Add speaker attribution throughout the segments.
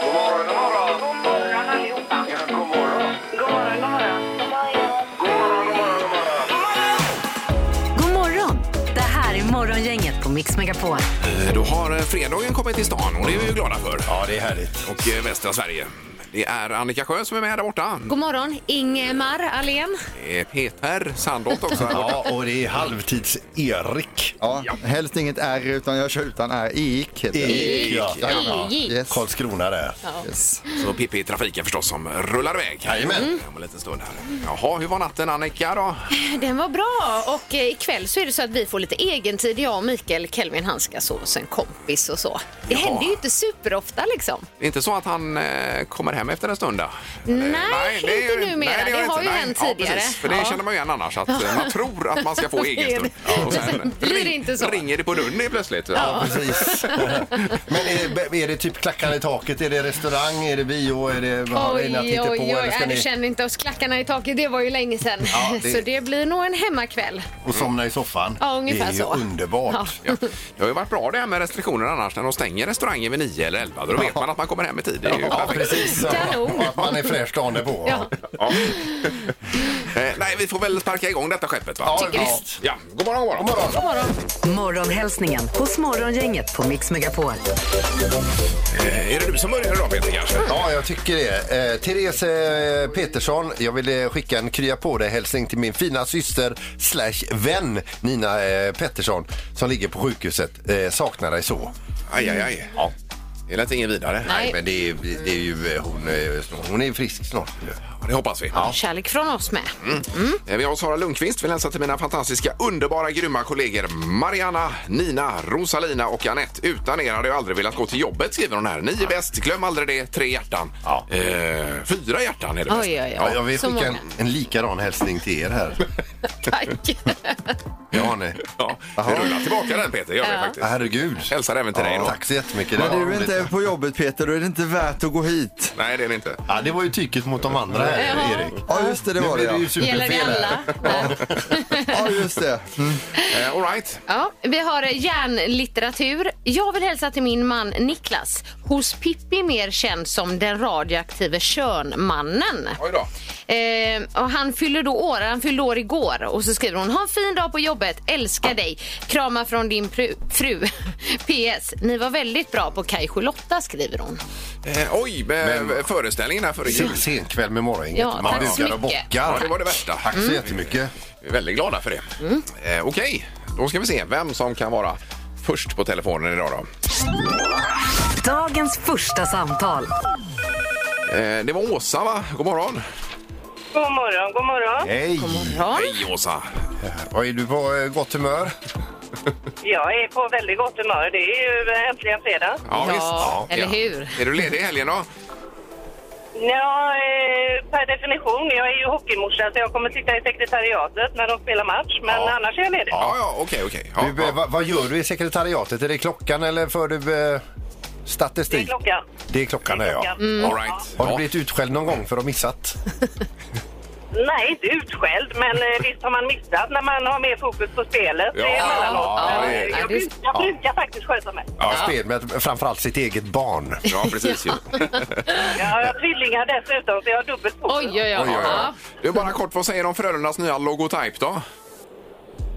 Speaker 1: God morgon, god morgon.
Speaker 2: God morgon allihopa.
Speaker 1: Ja, god morgon.
Speaker 2: God morgon, god morgon.
Speaker 1: God morgon, god morgon, god morgon.
Speaker 3: God morgon! Det här är Morgongänget på Mix Megapol.
Speaker 4: Eh, Då har eh, fredagen kommit till stan och det är vi ju glada för.
Speaker 5: Ja, det är härligt.
Speaker 4: Och eh, västra Sverige. Det är Annika Sjö som är med där borta.
Speaker 6: God morgon, Ingemar Ahlén.
Speaker 4: Det är Peter Sandholt också här borta.
Speaker 5: Ja, och det är halvtids-Erik.
Speaker 7: Ja, helst inget R utan jag kör utan R. Eik heter det.
Speaker 5: Erik, ja.
Speaker 7: Ja,
Speaker 6: Eik.
Speaker 7: Yes.
Speaker 5: Karlskrona där.
Speaker 7: Yes.
Speaker 4: Så Pippi i trafiken förstås som rullar iväg.
Speaker 5: Jajamän.
Speaker 4: Mm. Om en liten stund här. Jaha, hur var natten Annika då?
Speaker 6: Den var bra och eh, ikväll så är det så att vi får lite egentid, jag och Mikael Kelvin, han ska sova hos en kompis och så. Det
Speaker 4: Jaha.
Speaker 6: händer ju inte superofta liksom.
Speaker 4: Det är inte så att han eh, kommer hem efter en stund? där?
Speaker 6: Nej,
Speaker 4: det är
Speaker 6: inte
Speaker 4: ju-
Speaker 6: numera.
Speaker 4: gör
Speaker 6: Det har ju
Speaker 4: Nej.
Speaker 6: hänt
Speaker 4: Ja,
Speaker 6: tidigare.
Speaker 4: precis, för det
Speaker 6: Ja.
Speaker 4: känner man ju igen annars, att eh, man tror att man ska få egen stund.
Speaker 6: Ja.
Speaker 4: Och sen
Speaker 6: Blir det
Speaker 4: ring-
Speaker 6: inte så?
Speaker 4: ringer det på dörren plötsligt.
Speaker 5: Ja, precis. Men är, är det typ klackar i taket? Är det restaurang? Är det bio? Är det, vad har ni att titta på? Eller
Speaker 6: nej,
Speaker 5: ska
Speaker 6: du
Speaker 5: ni
Speaker 6: känner inte oss klackarna i taket, det var ju länge sedan.
Speaker 5: Ja, det-
Speaker 6: Så det blir nog en hemmakväll.
Speaker 5: och somna i soffan?
Speaker 6: Ja, ungefär
Speaker 5: det är ju
Speaker 6: så.
Speaker 5: underbart.
Speaker 4: Ja. Det har ju varit bra det här med restriktioner annars när de stänger restauranger vid 9 eller 11. Då vet man att man kommer hem i tid. Det är ju
Speaker 5: Ja,
Speaker 4: perfekt.
Speaker 5: precis.
Speaker 6: Kanon.
Speaker 5: Och att man är fräsch dagen därpå.
Speaker 6: Ja.
Speaker 4: Ja. Eh, Nej, vi får väl sparka igång detta skeppet va?
Speaker 5: Ja,
Speaker 4: Tycker
Speaker 5: ja.
Speaker 4: vi. Ja, god morgon, god morgon.
Speaker 5: God morgon.
Speaker 3: Morgonhälsningen hos Morgongänget på Mix Megapol.
Speaker 4: Eh, Är det du som börjar idag Peter kanske?
Speaker 5: Ja, jag tycker det. Eh, Therese eh, Petersson, jag vill eh, skicka en krya på dig hälsning till min fina syster slash vän Nina eh, Pettersson som ligger på sjukhuset. Eh, saknar dig så.
Speaker 4: Aj, aj, aj. Ja. Det lät inget vidare.
Speaker 6: Nej.
Speaker 5: Men det är, det är ju eh, hon, eh, snart- hon är frisk snart. ju.
Speaker 4: Ja, Det hoppas vi. Ja.
Speaker 6: Kärlek från oss med.
Speaker 5: Mm.
Speaker 4: Eh, Vi har Sara Lundqvist. Vill hälsa till mina fantastiska, underbara, grymma kollegor Mariana, Nina, Rosalina och Anette. Utan er hade jag aldrig velat gå till jobbet, skriver hon här. Ni är bäst, glöm aldrig det. Tre hjärtan.
Speaker 5: Ja.
Speaker 4: Eh, fyra hjärtan är det
Speaker 6: Oj,
Speaker 4: bästa.
Speaker 6: oj, oj.
Speaker 5: Ja, jag vill
Speaker 6: Så
Speaker 5: skicka en,
Speaker 6: många.
Speaker 5: en likadan hälsning till er här.
Speaker 6: Tack.
Speaker 5: Ja, ni.
Speaker 4: Ja, vi rullar tillbaka den Peter, gör vi
Speaker 6: Ja.
Speaker 4: faktiskt.
Speaker 5: Herregud.
Speaker 4: Hälsar även till dig
Speaker 5: Ja,
Speaker 4: då.
Speaker 5: tack så jättemycket.
Speaker 7: Men
Speaker 5: var
Speaker 7: du är inte
Speaker 5: roligt.
Speaker 7: på jobbet Peter, då är det inte värt att gå hit.
Speaker 4: Nej, det är det inte.
Speaker 5: ja, det var ju tyket mot de andra här,
Speaker 6: Ja.
Speaker 5: Erik.
Speaker 7: Ja just det, det
Speaker 5: Nu
Speaker 7: var det
Speaker 5: blir det
Speaker 7: ja.
Speaker 5: ju
Speaker 6: Gäller det
Speaker 5: superfel här.
Speaker 6: alla? Nej.
Speaker 7: Ja just det. Mm.
Speaker 4: Eh, all right.
Speaker 6: Ja, vi har eh, järnlitteratur. Jag vill hälsa till min man Niklas. Hos Pippi mer känd som den radioaktive Körnmannen.
Speaker 4: Oj då.
Speaker 6: Eh, och han fyller då år, han fyllde år igår och så skriver hon Ha en fin dag på jobbet, älskar dig, kramar från din pru- fru. PS, ni var väldigt bra på Kajsjö Lotta skriver hon.
Speaker 4: Eh, oj, med föreställningen här före jul.
Speaker 5: Sen- Sen kväll med morgonen.
Speaker 6: Ja,
Speaker 5: Man
Speaker 6: tack så
Speaker 5: bugar och
Speaker 6: mycket. Mm.
Speaker 4: Ja,
Speaker 5: bockar.
Speaker 4: det var det värsta.
Speaker 5: Tack så jättemycket.
Speaker 4: Vi är väldigt glada för det. Eh, Okej, då ska vi se vem som kan vara först på telefonen idag då.
Speaker 3: Dagens första samtal.
Speaker 4: Eh, det var Åsa va? God morgon.
Speaker 2: God morgon, god morgon.
Speaker 5: Hej!
Speaker 6: Ja,
Speaker 4: Hej Åsa.
Speaker 5: Och är du på eh, gott humör?
Speaker 2: Jag är på väldigt gott humör. Det är ju äntligen fredag.
Speaker 4: Ja,
Speaker 6: Ja,
Speaker 4: visst.
Speaker 6: eller hur?
Speaker 4: Är du ledig i helgen då?
Speaker 2: Ja, eh, per definition. Jag är ju hockeymorsa så jag kommer sitta i sekretariatet när de spelar match. Men
Speaker 4: Ja.
Speaker 2: annars är jag ledig.
Speaker 4: Ja, ja, okej, okej. Ja,
Speaker 5: Du, eh,
Speaker 4: ja.
Speaker 5: va, vad gör du i sekretariatet? Är det klockan eller för du eh,
Speaker 2: Det är
Speaker 5: statistik?
Speaker 2: klockan.
Speaker 5: Det är klockan, det är
Speaker 2: klockan.
Speaker 5: ja. Mm.
Speaker 4: Mm.
Speaker 6: Mm.
Speaker 4: All right.
Speaker 5: Har du
Speaker 4: Ja.
Speaker 5: blivit utskälld någon gång för att ha missat?
Speaker 2: Nej, inte utskälld, men eh, visst har man missat när man har mer fokus på spelet
Speaker 4: Ja,
Speaker 2: ja, emellanåt.
Speaker 4: ja,
Speaker 2: Men,
Speaker 4: det-
Speaker 2: eh,
Speaker 6: ja,
Speaker 2: jag
Speaker 6: det-
Speaker 2: brukar, jag brukar faktiskt sköta mig.
Speaker 5: Ja. Spel med framförallt sitt eget barn.
Speaker 4: Ja, precis ju.
Speaker 2: Jag har tvillingar dessutom, så jag har dubbelt fokus.
Speaker 6: oj, oj, oj.
Speaker 4: Oj, oj, oj.
Speaker 6: Ja.
Speaker 4: Du, bara kort, vad säger de om Frölundas nya logotyp då?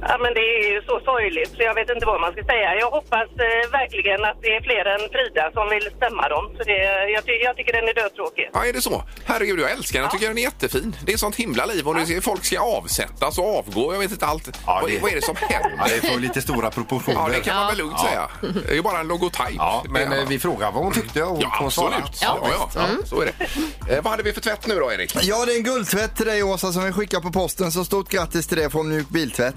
Speaker 2: Ja, men det är ju så sorgligt, så jag vet inte vad man ska säga. Jag hoppas eh, verkligen att det är fler än Frida som vill stämma dem. För det, jag, ty- jag tycker den är dötråkig.
Speaker 4: Ja, är det så? Herregud, jag älskar den. Jag tycker den är jättefin. Det är sånt himla liv och nu folk ska avsättas och avgå. Jag vet inte allt.
Speaker 5: Ja,
Speaker 4: vad, är,
Speaker 5: det-
Speaker 4: vad är det som
Speaker 5: Ja,
Speaker 4: händer?
Speaker 5: det får lite stora proportioner.
Speaker 4: Ja, det kan man väl lugnt säga. Det är ju bara en logotyp.
Speaker 5: Ja, men
Speaker 4: Det är-
Speaker 5: eh, vi frågar vad hon tyckte och
Speaker 4: Ja,
Speaker 5: hon svarade.
Speaker 4: absolut. Ja, ja,
Speaker 6: Mm.
Speaker 4: Så är det. Eh, vad hade vi för tvätt nu då, Erik?
Speaker 7: Ja det är en guldtvätt till dig Åsa som vi skickar på posten så stort grattis till det från Mjuk Biltvätt.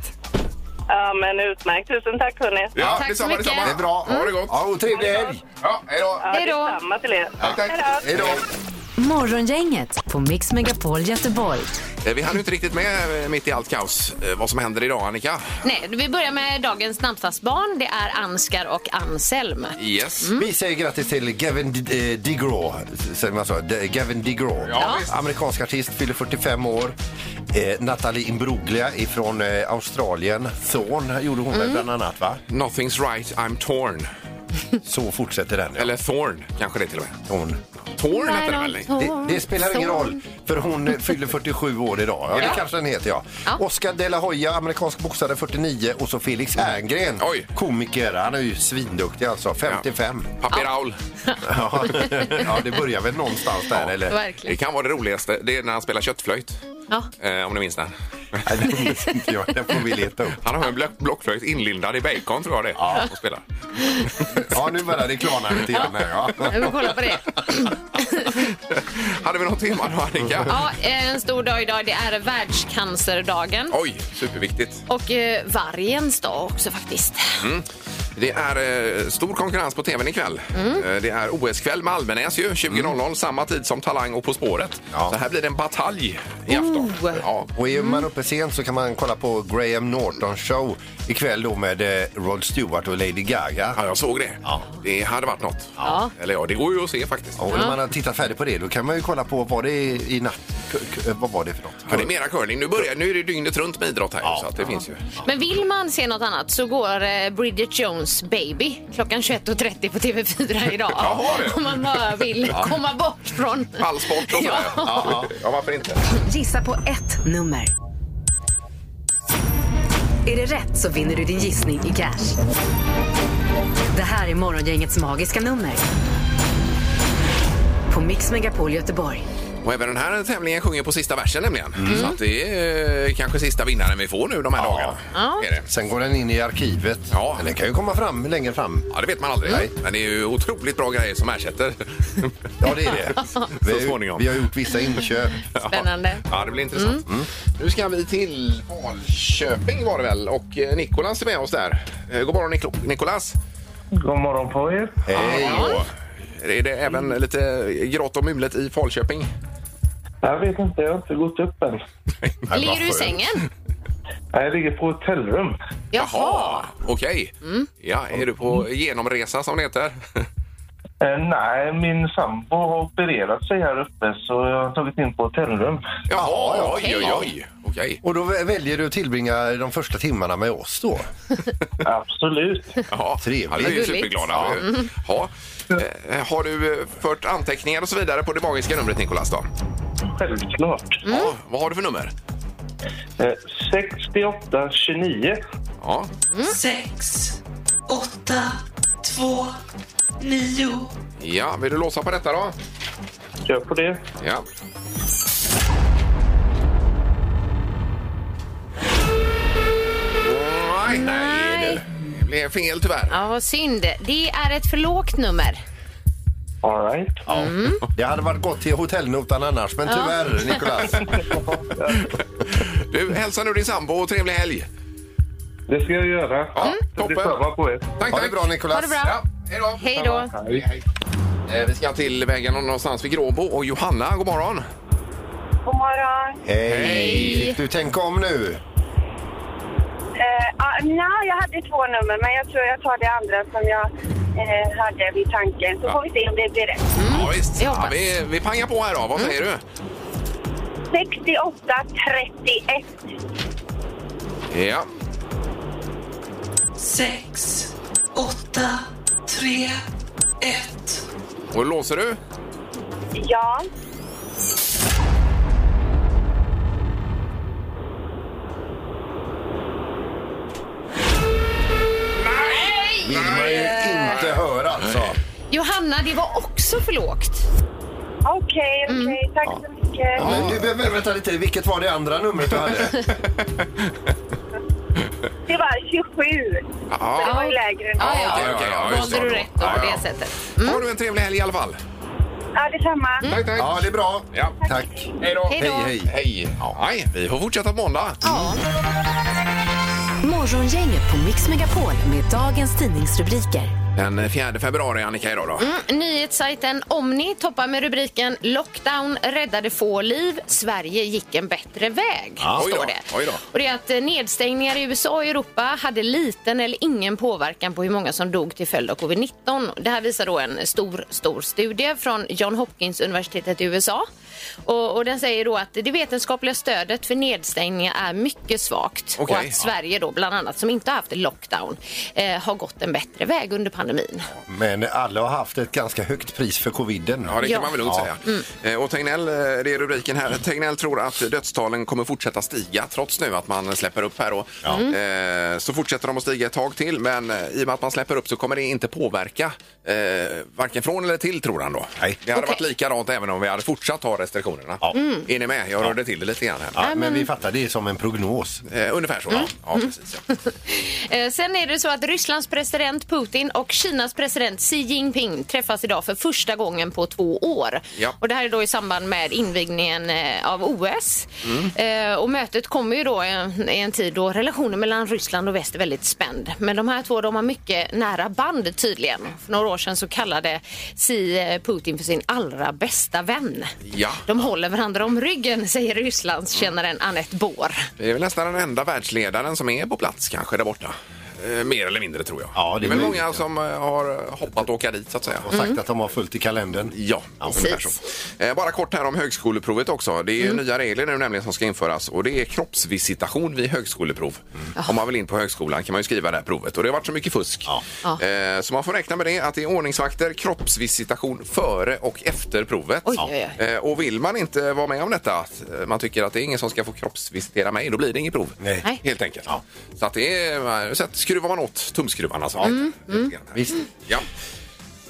Speaker 2: Ja, men utmärkt. Tusen tack, hörni.
Speaker 4: Ja,
Speaker 6: tack så
Speaker 4: detsamma,
Speaker 6: mycket.
Speaker 4: detsamma.
Speaker 5: Det är bra. Mm.
Speaker 4: Ha det gott.
Speaker 5: Ja, och trevlig helg!
Speaker 4: Ja, hej då.
Speaker 2: Ja,
Speaker 6: Hej då.
Speaker 2: detsamma till er.
Speaker 4: Tack, tack.
Speaker 5: Hej då!
Speaker 3: Morgongänget på Mix Megapol Göteborg.
Speaker 4: Eh, Vi hann ju inte riktigt med eh, mitt i allt kaos eh, vad som händer idag, Annika.
Speaker 6: Nej, vi börjar med dagens namnsdagsbarn. Det är Anskar och Anselm.
Speaker 4: Yes.
Speaker 5: Vi säger grattis till Gavin D- eh, DeGraw. Säger man så? D- Gavin DeGraw.
Speaker 4: Ja, visst.
Speaker 5: Amerikansk artist, fyller 45 år. Eh, Natalie Imbruglia ifrån
Speaker 4: Mm.
Speaker 5: eh, Australien. Thorn gjorde hon väl bland annat, va?
Speaker 4: Nothing's right, I'm torn.
Speaker 5: Så fortsätter den.
Speaker 4: Eller Thorn kanske det till och med.
Speaker 5: Hon.
Speaker 4: Thorn hette den väl?
Speaker 5: Det, det spelar ingen roll, för hon eh, fyller 47 år idag. Ja, det
Speaker 4: Ja.
Speaker 5: kanske den heter, ja.
Speaker 6: Ja.
Speaker 5: Oscar de la Hoya, amerikansk boxare, 49. Och så Felix Herngren,
Speaker 4: Mm. Oj.
Speaker 5: komiker. Han är ju svinduktig alltså, 55.
Speaker 4: Papi Raul.
Speaker 5: Ja. ja, det börjar väl någonstans där, eller?
Speaker 4: Det
Speaker 6: Verkligen.
Speaker 4: kan vara det roligaste. Det är när han spelar köttflöjt.
Speaker 6: Ja.
Speaker 4: Eh, om ni minns den.
Speaker 5: Nej, det minns inte jag. Den får vi leta upp.
Speaker 4: Han har en block, blockflöjt inlindad i bacon tror jag det är. Ja. Och spelar.
Speaker 5: Ja, nu börjar det klarna lite grann här. Ja.
Speaker 6: Jag vill kolla på det.
Speaker 4: Hade vi något tema då Annika?
Speaker 6: Ja, en stor dag idag. Det är världscancerdagen.
Speaker 4: Oj, superviktigt.
Speaker 6: Och eh, vargens dag också faktiskt.
Speaker 4: Det är eh, stor konkurrens på tvn ikväll. Eh, det är OS-kväll med Almenäs ju, 20.00, samma tid som Talang och På spåret.
Speaker 5: Ja.
Speaker 4: Så här blir det en batalj i afton. Ja.
Speaker 5: Och är man uppe sent så kan man kolla på Graham Norton show ikväll då med eh, Rod Stewart och Lady Gaga.
Speaker 4: ja, jag såg det.
Speaker 5: Ja.
Speaker 4: Det hade varit något.
Speaker 6: Ja.
Speaker 4: Eller ja, det går ju att se faktiskt.
Speaker 5: Ja, och när man har tittat färdigt på det då kan man ju kolla på vad det är i natt. K- k- eh, vad var det för något?
Speaker 4: Ja, det är mera curling. Nu, börjar, nu är det dygnet runt med idrott här.
Speaker 5: Ja.
Speaker 4: Så att det finns ju.
Speaker 6: Men vill man se något annat så går eh, Bridget Jones Baby klockan 21.30 på TV4 idag.
Speaker 4: Jaha, du.
Speaker 6: Om man bara vill komma bort från...
Speaker 4: All sport och sådär. Ja. ja, varför inte?
Speaker 3: Gissa på ett nummer. Är det rätt så vinner du din gissning i cash. Det här är Morgongängets magiska nummer. På Mix Megapol Göteborg.
Speaker 4: Och även den här tävlingen sjunger på sista versen nämligen. Så att det är eh, kanske sista vinnaren vi får nu de här dagarna.
Speaker 6: Ja.
Speaker 4: Är det.
Speaker 5: Sen går den in i arkivet.
Speaker 4: Ja.
Speaker 5: Men den kan ju komma fram längre fram.
Speaker 4: Ja, det vet man aldrig.
Speaker 6: Mm.
Speaker 4: Men det är ju otroligt bra grejer som ersätter.
Speaker 5: Ja, det är det. Vi har,
Speaker 4: Så småningom.
Speaker 5: ju- vi har gjort vissa inköp.
Speaker 6: Spännande.
Speaker 4: Ja, det blir intressant. Mm. Nu ska vi till Falköping var det väl och eh, Nikolas är med oss där. Eh, God morgon Niklo- Nikolas.
Speaker 8: God morgon på er.
Speaker 5: Hej!
Speaker 4: Är det även
Speaker 6: Mm.
Speaker 4: lite grått och mulet i Falköping?
Speaker 8: Jag vet inte, jag har inte gått upp än.
Speaker 5: vad
Speaker 6: Ligger du i
Speaker 5: skönt.
Speaker 6: sängen?
Speaker 8: Jag ligger på hotellrum.
Speaker 6: Jaha. Mm.
Speaker 4: Okej. Ja, är du på genomresa som det heter?
Speaker 8: Eh, nej, min sambo har opererat sig här uppe så jag har tagit in på hotellrum.
Speaker 4: Jaha, oj,
Speaker 6: okej.
Speaker 4: oj, oj. Okej.
Speaker 5: Och då vä- väljer du att tillbringa de första timmarna med oss då?
Speaker 8: Absolut.
Speaker 4: Ja,
Speaker 5: Trevligt.
Speaker 4: Ja, det är vi ju
Speaker 6: Gulligt.
Speaker 4: superglada. Mm. Ja. Eh, Har du eh, fört anteckningar och så vidare på det magiska numret, Nikolas? Då?
Speaker 8: Självklart.
Speaker 4: Ja, vad har du för nummer?
Speaker 8: Eh, 68 29.
Speaker 4: Ja.
Speaker 9: sex, åtta, två, nio.
Speaker 4: ja, vill du låsa på detta då?
Speaker 8: Kör på det.
Speaker 4: Ja. Nej, nej. du. Det blev fel tyvärr.
Speaker 6: Ja, vad synd. Det är ett för lågt nummer.
Speaker 8: All right.
Speaker 5: Det hade varit gott till hotellnotan annars, men tyvärr, Nicolas.
Speaker 4: Du, hälsa nu din sambo och trevlig helg.
Speaker 8: Det ska jag göra.
Speaker 4: Ja,
Speaker 8: Det blir
Speaker 4: toppen.
Speaker 8: samma på er.
Speaker 4: Tack,
Speaker 5: Ha
Speaker 4: tack.
Speaker 5: det bra, Nicolas.
Speaker 6: Ha det bra.
Speaker 4: Ja, hej då.
Speaker 6: Hej då.
Speaker 4: Hej, hej. Eh, Vi ska till vägen någonstans vid Gråbo och Johanna, god morgon.
Speaker 10: God morgon.
Speaker 5: Hej. Fick Du, tänk om nu.
Speaker 10: Eh, ah, nej, jag hade två nummer, men jag tror jag tar det andra som jag eh, hade vid tanken. Så får vi se om det blir rätt.
Speaker 4: Ja, visst.
Speaker 6: jag
Speaker 4: Ja,
Speaker 6: hoppas.
Speaker 4: vi, vi pangar på här då. Vad säger du?
Speaker 10: 68 31.
Speaker 4: Ja.
Speaker 9: Sex, åtta, tre, ett.
Speaker 4: Och låser du?
Speaker 10: Ja.
Speaker 5: vill man ju inte höra alltså.
Speaker 6: Johanna, det var också för lågt.
Speaker 10: Okej, okej.
Speaker 6: Mm.
Speaker 10: Tack så mycket.
Speaker 5: Men du behöver vänta lite, vilket var det andra numret du hade?
Speaker 10: Det var 27. Det
Speaker 4: Ja.
Speaker 10: var ju lägre än
Speaker 6: Ja, ja.
Speaker 4: okej, okej, ja, just
Speaker 6: Valde
Speaker 4: det.
Speaker 6: du rätt då
Speaker 4: Ja,
Speaker 6: på
Speaker 4: ja.
Speaker 6: det sättet? Mm.
Speaker 4: Har du en trevlig helg i alla fall?
Speaker 10: Ja, detsamma.
Speaker 4: Tack, tack.
Speaker 5: Ja, det är bra.
Speaker 4: Ja.
Speaker 5: Tack.
Speaker 4: Hej då.
Speaker 6: Hej då.
Speaker 5: Hej, hej.
Speaker 4: Hej. Ja, nej, vi får fortsätta på måndag.
Speaker 6: Ja.
Speaker 3: Morgongänget på Mix Megapol med dagens tidningsrubriker.
Speaker 4: Den 4 februari, Annika, idag då.
Speaker 6: Mm, Nyhetssajten Omni toppar med rubriken Lockdown räddade få liv. Sverige gick en bättre väg.
Speaker 4: Ja, oj då,
Speaker 6: står det.
Speaker 4: oj då.
Speaker 6: Och det är att eh, nedstängningar i USA och Europa hade liten eller ingen påverkan på hur många som dog till följd av covid-19. Det här visar då en stor, stor studie från John Hopkins universitetet i USA. Och, och den säger då att det vetenskapliga stödet för nedstängningar är mycket svagt.
Speaker 4: Okej,
Speaker 6: Och att
Speaker 4: ja.
Speaker 6: Sverige då, bland annat, som inte har haft lockdown, eh, har gått en bättre väg under pandemin.
Speaker 5: Men alla har haft ett ganska högt pris för coviden.
Speaker 4: Ja, det kan
Speaker 6: Ja.
Speaker 4: man väl lugnt säga.
Speaker 5: Mm.
Speaker 4: Eh, Och Tegnell, eh, det är rubriken här. Tegnell tror att dödstalen kommer fortsätta stiga trots nu att man släpper upp här då.
Speaker 5: Mm.
Speaker 4: Eh, Så fortsätter de att stiga ett tag till men eh, i och med att man släpper upp så kommer det inte påverka eh, varken från eller till tror han då.
Speaker 5: Nej.
Speaker 6: Okej.
Speaker 4: Det hade
Speaker 6: Mm.
Speaker 4: varit likadant även om vi hade fortsatt ha restriktionerna.
Speaker 5: Ja.
Speaker 4: Är ni med? Jag rörde till det lite grann här.
Speaker 5: Ja, men vi fattar, det är som en prognos.
Speaker 4: Eh, Ungefär så.
Speaker 6: Mm.
Speaker 4: Ja. Ja, precis, ja.
Speaker 6: Eh, Sen är det så att Rysslands president Putin och Kinas president Xi Jinping träffas idag för första gången på två år.
Speaker 4: Ja.
Speaker 6: Och det här är då i samband med invigningen eh, av OS. Eh, Och mötet kommer ju då i en- i en tid då relationen mellan Ryssland och väst är väldigt spänd. Men de här två de har mycket nära band tydligen. För några år sedan så kallade Xi eh, Putin för sin allra bästa vän.
Speaker 4: Ja.
Speaker 6: De håller varandra om ryggen, säger Rysslandskännaren Anette Bår.
Speaker 4: Det är väl nästan den enda världsledaren som är på plats kanske där borta. Eh, Mer eller mindre tror jag.
Speaker 5: Ja, det
Speaker 4: är väl
Speaker 5: är
Speaker 4: många
Speaker 5: möjligt, ja.
Speaker 4: som eh, har hoppat och åka dit så att säga.
Speaker 5: Och sagt att de har fullt i kalendern.
Speaker 4: Ja, ungefär så. Eh, Bara kort här om högskoleprovet också. Det är ju
Speaker 6: Mm.
Speaker 4: nya regler nu nämligen som ska införas och det är kroppsvisitation vid högskoleprov.
Speaker 6: Mm.
Speaker 4: Om man vill in på högskolan kan man ju skriva det här provet och det har varit så mycket fusk.
Speaker 6: Ja.
Speaker 4: Eh, Så man får räkna med det att det är ordningsvakter, kroppsvisitation före och efter provet.
Speaker 6: Oj, oj, oj.
Speaker 4: Eh, Och vill man inte vara med om detta, att eh, man tycker att det är ingen som ska få kroppsvisitera mig, då blir det inget prov.
Speaker 5: Nej.
Speaker 6: Nej.
Speaker 4: Helt enkelt. Så att det är, eh, så att skruvar man åt tumskruvarna. Alltså.
Speaker 6: Mm.
Speaker 5: Visst.
Speaker 4: Ja,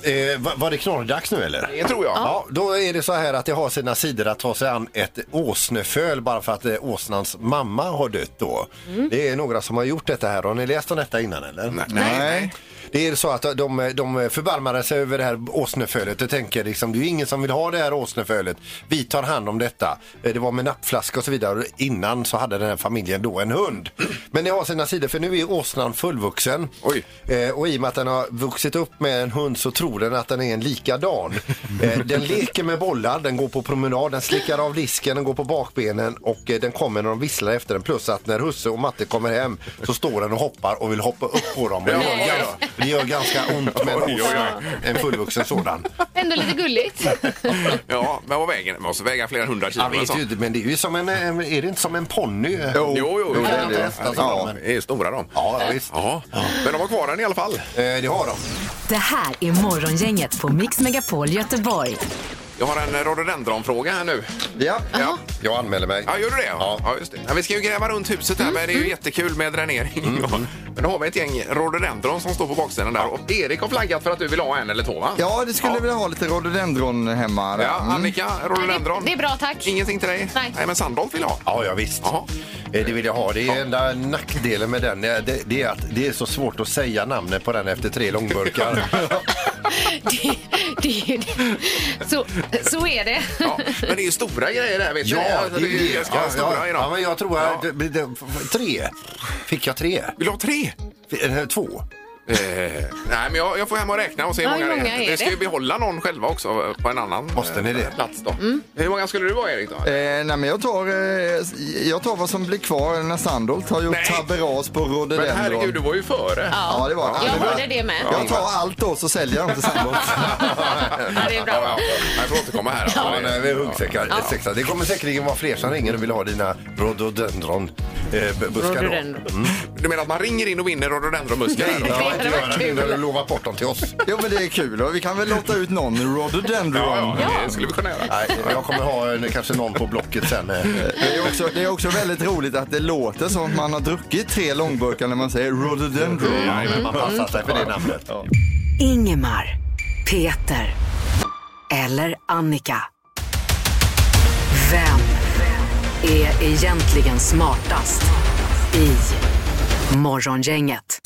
Speaker 5: Eh, va- var det knorrdags nu eller?
Speaker 4: det tror jag.
Speaker 5: Ja, då är det så här att det har sina sidor att ta sig an ett åsneföl bara för att eh, åsnans mamma har dött då. Det är några som har gjort detta här. Har ni läst om detta innan eller?
Speaker 7: Nej.
Speaker 5: Det är så att de, de förbarmade sig över det här åsnefölet och tänker liksom det är ju ingen som vill ha det här åsnefölet. Vi tar hand om detta. Eh, Det var med nappflaska och så vidare. Och Innan så hade den här familjen då en hund. Men det har sina sidor för nu är åsnan fullvuxen.
Speaker 4: Oj.
Speaker 5: Eh, och i och med att den har vuxit upp med en hund så tror den att den är en likadan. Eh, den leker med bollar, den går på promenad, den slickar av disken, den går på bakbenen och eh, den kommer när de visslar efter den. Plus att när husse och matte kommer hem så står den och hoppar och vill hoppa upp på dem. Och det, gör,
Speaker 4: Nej.
Speaker 5: gan- det gör ganska ont med en,
Speaker 4: Oj, oj,
Speaker 5: åsna, en fullvuxen sådan.
Speaker 6: Ändå lite gulligt.
Speaker 4: Ja, men vad väger den? Måste väga flera hundra kilo.
Speaker 5: Jag
Speaker 4: eller
Speaker 5: vet
Speaker 4: så.
Speaker 5: ju inte, men det är ju som en, en är det inte som en ponny?
Speaker 4: Jo, jo, jo.
Speaker 5: det är
Speaker 4: Ja,
Speaker 5: det. Nästan som
Speaker 4: ja,
Speaker 5: dem.
Speaker 4: det är stora de.
Speaker 5: Ja, ja, visst.
Speaker 4: Ja. Men de har kvar den i alla fall.
Speaker 5: Eh, det har de.
Speaker 3: Det här är Morgongänget på Mix Megapol Göteborg.
Speaker 4: Jag har en eh, rhododendron-fråga här nu.
Speaker 5: Ja, ja. jag anmäler mig.
Speaker 4: Ja, gör du det? Ja. ja just det. Ja, vi ska ju gräva runt huset
Speaker 6: Mm,
Speaker 4: här, men det är ju jättekul med dränering.
Speaker 5: Mm,
Speaker 4: Men då har vi ett gäng rhododendron som står på baksidan där. Och Erik har flaggat för att du vill ha en eller två, va?
Speaker 7: Ja, det skulle jag vilja ha lite rhododendron hemma. där.
Speaker 4: Ja,
Speaker 5: Mm.
Speaker 4: Annika,
Speaker 6: Nej,
Speaker 4: rhododendron.
Speaker 6: det- det är bra, tack.
Speaker 4: Ingenting till dig?
Speaker 6: Nej.
Speaker 4: Nej men Sandolf vill ha.
Speaker 5: Ja, ja visst.
Speaker 4: Jaha.
Speaker 5: Eh, Det vill jag ha. Det är enda nackdelen med den eh, det, det är att det är så svårt att säga namnet på den efter tre långburkar.
Speaker 6: det, det, så, så är det.
Speaker 4: Ja, men det är ju stora grejer där, vet du. Alltså, det är ju ganska
Speaker 5: Ja,
Speaker 4: stora
Speaker 5: ja,
Speaker 4: i
Speaker 5: ja,
Speaker 4: dem.
Speaker 5: men jag tror
Speaker 4: Ja.
Speaker 5: att det- det- det- tre. Fick jag tre?
Speaker 4: Vill du ha tre?
Speaker 5: F- eh, Två?
Speaker 4: Eh, nej, men jag, jag får hem och räkna och se hur
Speaker 6: Ja,
Speaker 4: många,
Speaker 6: hur
Speaker 4: det
Speaker 6: många
Speaker 4: är.
Speaker 6: är
Speaker 4: Vi ska
Speaker 6: det?
Speaker 4: ju behålla någon själva också eh, på en annan
Speaker 5: Måste ni
Speaker 4: eh,
Speaker 5: det?
Speaker 4: plats. Då.
Speaker 6: Mm.
Speaker 4: Hur många skulle du vara, Erik? Då?
Speaker 7: Eh, nej, men jag tar, eh, jag tar vad som blir kvar när Sandholt har gjort
Speaker 4: Nej.
Speaker 7: taberas på
Speaker 4: men
Speaker 7: rhododendron.
Speaker 4: herregud, du var ju före.
Speaker 7: Ja, det var
Speaker 6: Jag hörde det med.
Speaker 7: Jag tar allt då så säljer jag dem till Sandholt.
Speaker 6: Ja, det är bra.
Speaker 4: Ja, ja. Jag får återkomma här. alltså.
Speaker 5: Ja, nej, vi är huggsäckar. Sexa. Det kommer säkerligen vara fler som ringer och vill ha dina eh, rhododendron-buskar.
Speaker 6: Rhododendron.
Speaker 4: Du menar att man ringer in och vinner rhododendronmuskeln?
Speaker 6: hade
Speaker 5: Jag har inte
Speaker 6: varit
Speaker 5: göra Mm. det
Speaker 6: kul.
Speaker 5: innan du lovat bort dem till oss.
Speaker 7: Jo, men det är kul och vi kan väl låta ut någon rhododendron.
Speaker 4: Ja, ja, det skulle vi kunna göra.
Speaker 5: Nej, jag kommer ha en, kanske någon på Blocket sen. eh.
Speaker 7: Det är, också, det är också väldigt roligt att det låter som att man har druckit tre långburkar när man säger rhododendron.
Speaker 4: Mm.
Speaker 5: Nej, men man passar sig för det namnet.
Speaker 3: Ingemar, Peter eller Annika. Vem är egentligen smartast i Morgongänget?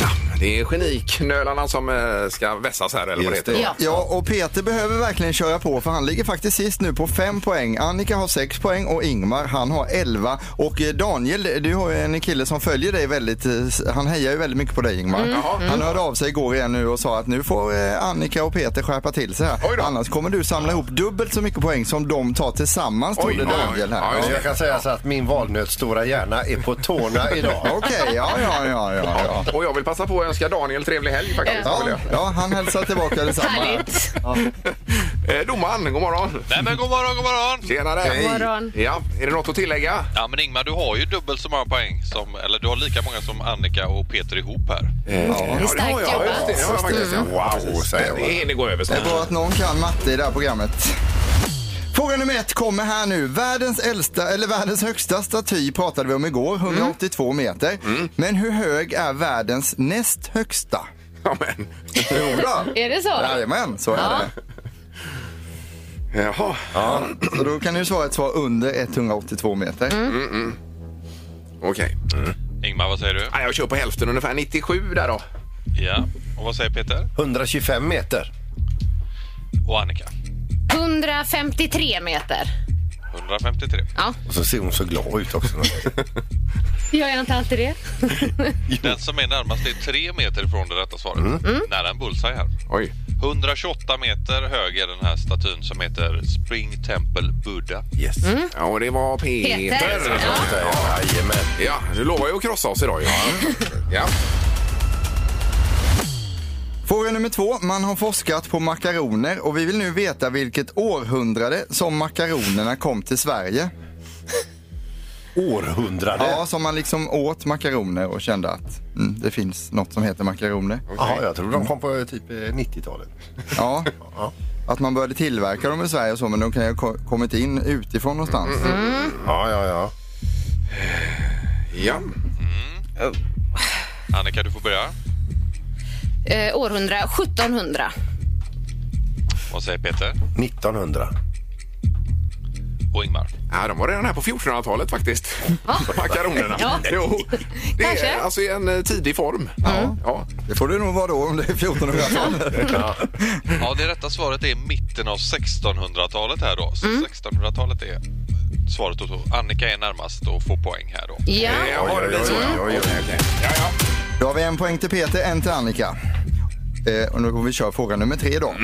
Speaker 4: Ja, det är geniknölarna som eh, ska vässas här, eller vad det
Speaker 5: Just
Speaker 4: heter.
Speaker 6: Ja.
Speaker 7: Ja, och Peter behöver verkligen köra på för han ligger faktiskt sist nu på 5 poäng. Annika har 6 poäng och Ingmar han har 11. Och eh, Daniel, du har ju en kille som följer dig väldigt, eh, han hejar ju väldigt mycket på dig
Speaker 4: Mm.
Speaker 7: Ingmar. Han hörde av sig igår igen nu och sa att nu får eh, Annika och Peter skärpa till sig
Speaker 4: Oj
Speaker 7: här.
Speaker 4: då.
Speaker 7: Annars kommer du samla ihop dubbelt så mycket poäng som de tar tillsammans,
Speaker 4: Oj,
Speaker 7: trodde
Speaker 4: oj, oj.
Speaker 7: Daniel
Speaker 4: Ja,
Speaker 7: här.
Speaker 4: just
Speaker 5: Ja, Jag kan säga så att min valnötsstora hjärna är på tårna idag.
Speaker 7: Okej, ja, ja, ja, ja, ja.
Speaker 4: Och jag vill passa på att önskar Daniel trevlig helg faktiskt. vill
Speaker 7: Ja,
Speaker 4: jag.
Speaker 7: ja, han hälsar tillbaka detsamma.
Speaker 6: Härligt.
Speaker 4: Eh, domaren, god morgon!
Speaker 11: Nej men god morgon, god morgon!
Speaker 4: Tjenare!
Speaker 6: God morgon.
Speaker 4: Ja, är det något att tillägga?
Speaker 11: Ja men Ingmar, du har ju dubbelt så många poäng som, eller du har lika många som Annika och Peter ihop här.
Speaker 5: Eh,
Speaker 4: Ja, det
Speaker 6: starkt
Speaker 4: har jag.
Speaker 6: jobbat.
Speaker 4: Just det, det har jag faktiskt. ja. Wow,
Speaker 5: Precis, säger jag bara.
Speaker 4: Mm. det hinner gå över
Speaker 7: Det
Speaker 4: snart.
Speaker 7: är bra att någon kan matte i det här programmet. Fråga nummer ett kommer här nu. Världens äldsta, eller världens högsta staty pratade vi om igår, 182
Speaker 4: Mm.
Speaker 7: meter. Men hur hög är världens näst högsta?
Speaker 4: Ja, men.
Speaker 7: Jodå!
Speaker 6: Är det så?
Speaker 7: Jajamän, så är det.
Speaker 4: Jaha.
Speaker 7: Så då kan du svara ett svar under 182 meter.
Speaker 4: Mm. Okej.
Speaker 11: Ingmar, vad säger du?
Speaker 4: Ja, jag kör på hälften, ungefär 97 där då.
Speaker 11: Ja. Och vad säger Peter?
Speaker 5: 125 meter.
Speaker 11: Och Annika?
Speaker 6: 153 meter.
Speaker 11: 153.
Speaker 5: Och så ser hon så glad ut också.
Speaker 6: Gör jag inte alltid det?
Speaker 11: Den som är närmast är tre meter ifrån det rätta svaret. Nära en bullseye här.
Speaker 4: Oj.
Speaker 11: 128 meter hög är den här statyn som heter Spring Temple Buddha.
Speaker 5: Yes.
Speaker 4: Ja, och det var Mm. Peter.
Speaker 6: Peter.
Speaker 5: Ja, Jajamän.
Speaker 4: Ja, du lovar ju att krossa oss idag ju. Ja.
Speaker 7: Fråga nummer två. Man har forskat på makaroner och vi vill nu veta vilket århundrade som makaronerna kom till Sverige.
Speaker 5: Århundrade.
Speaker 7: Ja, som man liksom åt makaroner och kände att mm, det finns något som heter makaroner.
Speaker 5: Jaha, jag tror de kom på typ eh, 90-talet.
Speaker 7: Ja. Att man började tillverka dem i Sverige och så, men de kan ju ha ko- kommit in utifrån någonstans.
Speaker 5: Ja, ja, ja.
Speaker 4: ja.
Speaker 11: Annika, du får börja.
Speaker 6: Eh, århundra 1700.
Speaker 11: Vad säger Peter?
Speaker 5: 1900.
Speaker 11: Och Ingmar?
Speaker 4: Ja, de var redan här på 1400-talet faktiskt. Makaronerna.
Speaker 6: Ja.
Speaker 4: Jo, det är
Speaker 6: Kanske.
Speaker 4: alltså i en eh, tidig form. Ja. Ja.
Speaker 7: Det får det nog vara då om det är 1400-talet.
Speaker 11: Ja, det rätta svaret är mitten av 1600-talet här då. Så 1600-talet är svaret och så Annika är närmast och får poäng här då.
Speaker 6: Ja.
Speaker 4: Eh, har det blivit så, ja. Okej, okej. Ja, ja.
Speaker 7: Då har vi en poäng till Peter, en till Annika. Eh, och nu kommer vi köra fråga nummer tre då.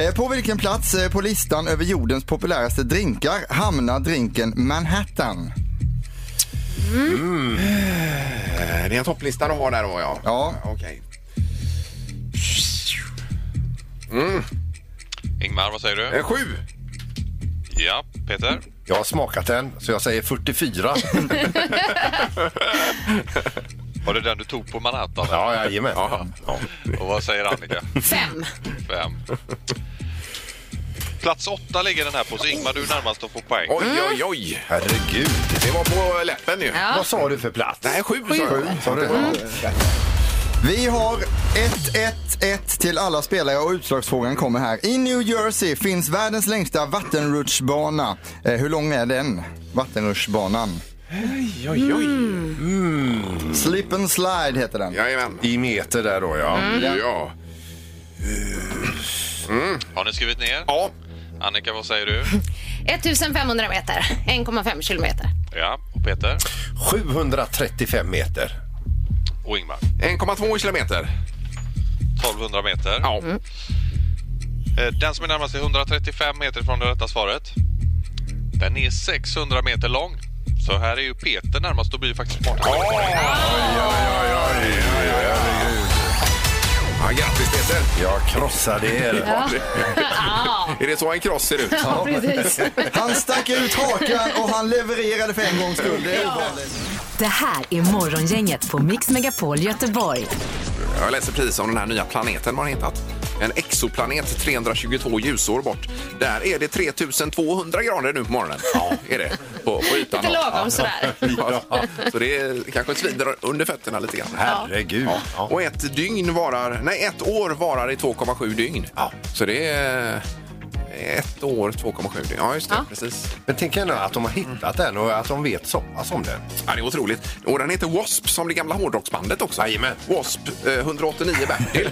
Speaker 7: Eh, på vilken plats eh, på listan över jordens populäraste drinkar hamnar drinken Manhattan?
Speaker 4: Eh, Det är en topplista du har där då, ja.
Speaker 7: Ja.
Speaker 4: Okej.
Speaker 11: Ingmar, vad säger du?
Speaker 4: Eh, Sju.
Speaker 11: Ja, Peter?
Speaker 5: Jag har smakat den, så jag säger 44.
Speaker 11: Var det den du tog på Manhattan?
Speaker 5: ja, jajamän.
Speaker 11: Jaha. Och vad säger Annika?
Speaker 6: Fem.
Speaker 11: Fem. Plats åtta ligger den här på, så Ingmar du är närmast att få poäng.
Speaker 4: Oj, oj, oj.
Speaker 5: Mm. Herregud.
Speaker 4: Det var på läppen ju.
Speaker 6: Ja.
Speaker 5: Vad sa du för plats?
Speaker 4: Nej, sju sa jag. Mm.
Speaker 5: Sa du?
Speaker 7: Vi har 1-1-1 till alla spelare och utslagsfrågan kommer här. I New Jersey finns världens längsta vattenrutschbana. Eh, hur lång är den? Vattenrutschbanan.
Speaker 4: Oj, oj, Mm. oj.
Speaker 7: Slip and slide heter den.
Speaker 4: Jajamän.
Speaker 5: I meter där då, ja.
Speaker 4: Mm. Ja.
Speaker 11: Har ni skrivit ner?
Speaker 4: Ja.
Speaker 11: Annika, vad säger du?
Speaker 6: 1500 meter. 1,5 kilometer.
Speaker 11: Ja, och Peter?
Speaker 5: 735 meter.
Speaker 11: Och Ingmar?
Speaker 4: 1,2 kilometer. Mm.
Speaker 11: 1200 meter.
Speaker 4: Ja.
Speaker 11: Eh, Den som är närmast är 135 meter från det rätta svaret. Den är 600 meter lång. Så här är ju Peter närmast och blir faktiskt smartast.
Speaker 4: ja grattis, Peter.
Speaker 5: Jag krossade er.
Speaker 4: Är det så en kross ser ut?
Speaker 6: Ja, precis.
Speaker 7: Han stack ut hakan och han levererade för en gångs skull. Det är ovanligt.
Speaker 3: Det här är Morgongänget på Mix Megapol Göteborg.
Speaker 4: Jag läser precis om den här nya planeten. Vad har hittat? En exoplanet 322 ljusår bort. Där är det 3200 grader nu på morgonen. Ja, är det. På, på ytan.
Speaker 6: Lite lagom sådär.
Speaker 4: Ja. Så det är, kanske svider under fötterna lite grann.
Speaker 5: Herregud. Ja.
Speaker 4: Och ett dygn varar, nej ett år varar i 2,7 dygn.
Speaker 5: Ja.
Speaker 4: Så det är ett år 2,7 dygn. Ja, just det. Precis.
Speaker 5: Men tänk ändå att de har hittat den och att de vet så pass om den.
Speaker 4: Ja, det är otroligt. Och den heter W.A.S.P. som det gamla hårdrocksbandet också.
Speaker 5: Jajamän.
Speaker 4: W.A.S.P. eh, 189 Bertil.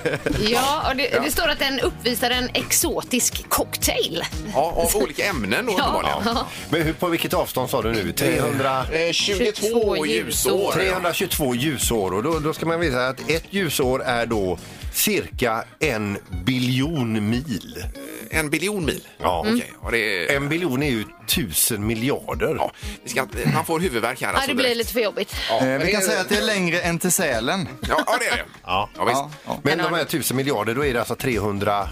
Speaker 6: Ja, och det, det står att den uppvisar en exotisk cocktail.
Speaker 4: ja, av olika ämnen då uppenbarligen.
Speaker 5: Men hur, på vilket avstånd sa du nu? 300...
Speaker 4: Eh, 22 ljusår.
Speaker 5: 322 ljusår och då, då ska man veta att ett ljusår är då cirka en biljon mil.
Speaker 4: en biljon mil? Ja. Okej. Och det är,
Speaker 5: En biljon är ju tusen miljarder.
Speaker 4: ja, vi ska, inte- man får huvudvärk här.
Speaker 6: Ja,
Speaker 4: Alltså,
Speaker 6: det blir
Speaker 4: direkt.
Speaker 6: lite för jobbigt.
Speaker 7: Eh, Vi kan säga att det är längre än till Sälen.
Speaker 4: Ja, ja, det är det. Ja, visst.
Speaker 7: Ja, ja.
Speaker 5: Men de här tusen miljarder, då är det alltså 320...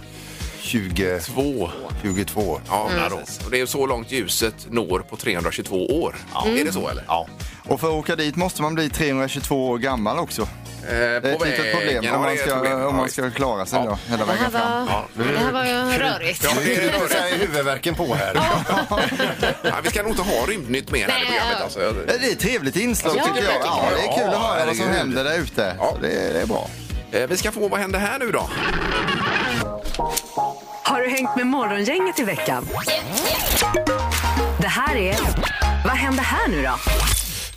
Speaker 4: Två.
Speaker 5: 22.
Speaker 4: Ja,
Speaker 7: Mm.
Speaker 4: precis. Och det är så långt ljuset når på 322 år. Är det så eller? Eh,
Speaker 5: Ja.
Speaker 7: Och för att åka dit måste man bli 322 år gammal också.
Speaker 4: Eh,
Speaker 7: Det är ett litet problem
Speaker 4: ja,
Speaker 7: om
Speaker 4: det är
Speaker 7: man
Speaker 4: ett
Speaker 7: ska,
Speaker 4: problem.
Speaker 7: om
Speaker 4: Ja,
Speaker 7: man
Speaker 4: visst.
Speaker 7: ska klara sig då, hela
Speaker 6: Det här
Speaker 7: vägen fram.
Speaker 6: var, det här var ju rörigt.
Speaker 4: Ja, det är det.
Speaker 5: Så här är huvudvärken på här.
Speaker 4: Ja, vi ska nog inte ha rymdnytt mer här i
Speaker 6: Nej,
Speaker 4: programmet.
Speaker 6: ja.
Speaker 4: Alltså.
Speaker 7: Eh, Det är ett trevligt inslag
Speaker 6: Ja,
Speaker 7: tycker
Speaker 6: det
Speaker 7: jag.
Speaker 6: tycker
Speaker 7: Ja,
Speaker 4: jag.
Speaker 7: det är kul att
Speaker 4: Ja,
Speaker 7: höra vad som
Speaker 4: herregud.
Speaker 7: händer där ute.
Speaker 4: Ja.
Speaker 7: Så Det, det är bra.
Speaker 4: Eh, Vi ska få Vad händer här nu då?
Speaker 3: Har du hängt med Morgongänget i veckan? Det här är... Vad händer här nu då?